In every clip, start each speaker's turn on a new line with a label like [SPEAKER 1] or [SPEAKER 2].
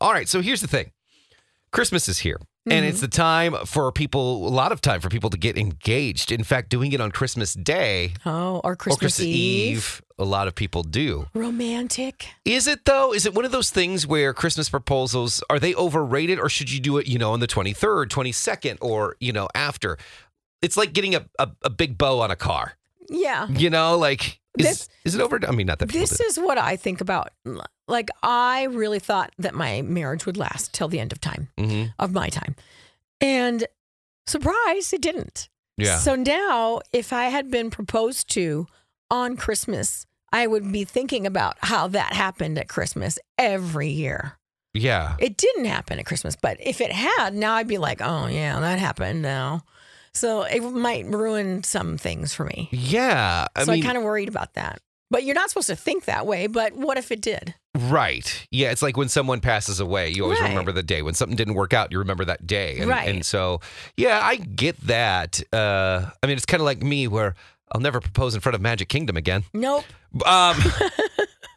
[SPEAKER 1] All right, so here's the thing. Christmas is here. And
[SPEAKER 2] Mm-hmm.
[SPEAKER 1] it's the time for people, a lot of time for people to get engaged. In fact, doing it on Christmas Day
[SPEAKER 2] Oh, or
[SPEAKER 1] or
[SPEAKER 2] Christmas,
[SPEAKER 1] Christmas Eve. a lot of people do.
[SPEAKER 2] Romantic.
[SPEAKER 1] Is it though? Is it one of those things where Christmas proposals are they overrated or should you do it, you know, on the 23rd, 22nd, or, you know, after? It's like getting a, a, a big bow on a car.
[SPEAKER 2] Yeah.
[SPEAKER 1] You know, like, is,
[SPEAKER 2] Uh-huh. This-
[SPEAKER 1] is it over? I mean, not that people
[SPEAKER 2] This
[SPEAKER 1] do.
[SPEAKER 2] is what I think about. Like, I really thought that my marriage would last till the end of time,
[SPEAKER 1] Mhm.
[SPEAKER 2] of my time. And surprise, it didn't.
[SPEAKER 1] Yeah.
[SPEAKER 2] So now, if I had been proposed to on Christmas, I would be thinking about how that happened at Christmas every year.
[SPEAKER 1] yeah.
[SPEAKER 2] It didn't happen at Christmas, but if it had, now I'd be like, oh, yeah, that happened now. So it might ruin some things for me.
[SPEAKER 1] Yeah. I
[SPEAKER 2] so
[SPEAKER 1] mean,
[SPEAKER 2] I kind of worried about that. But you're not supposed to think that way. But what if it did?
[SPEAKER 1] Right. Yeah. It's like when someone passes away, you always
[SPEAKER 2] Right.
[SPEAKER 1] remember the day. When something didn't work out, you remember that day. And,
[SPEAKER 2] Right.
[SPEAKER 1] And so, yeah, I get that. Uh, I mean, it's kind of like me where I'll never propose in front of Magic Kingdom again.
[SPEAKER 2] Nope.
[SPEAKER 1] Um,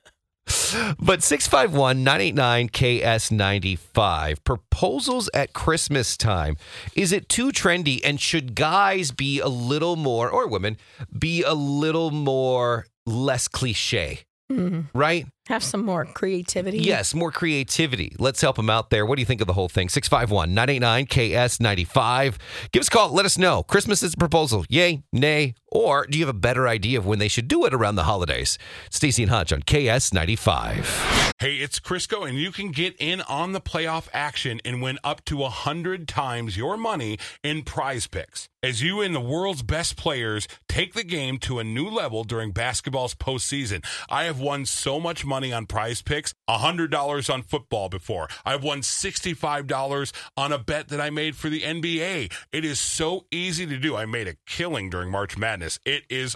[SPEAKER 1] but 651 989 KS95 proposals at Christmas time. Is it too trendy? And should guys be a little more, or women, be a little more less cliche?
[SPEAKER 2] Mm.
[SPEAKER 1] Right?
[SPEAKER 2] Have some more creativity.
[SPEAKER 1] Yes, more creativity. Let's help them out there. What do you think of the whole thing? 651 989 KS95. Give us a call. Let us know. Christmas is a proposal. Yay, nay, or do you have a better idea of when they should do it around the holidays? Stacey and Hutch on KS95.
[SPEAKER 3] Hey, it's Crisco, and you can get in on the playoff action and win up to 100 times your money in prize picks. As you and the world's best players take the game to a new level during basketball's postseason, I have won so much money on prize picks $100 on football before. I've won $65 on a bet that I made for the NBA. It is so easy to do. I made a killing during March Madness. It is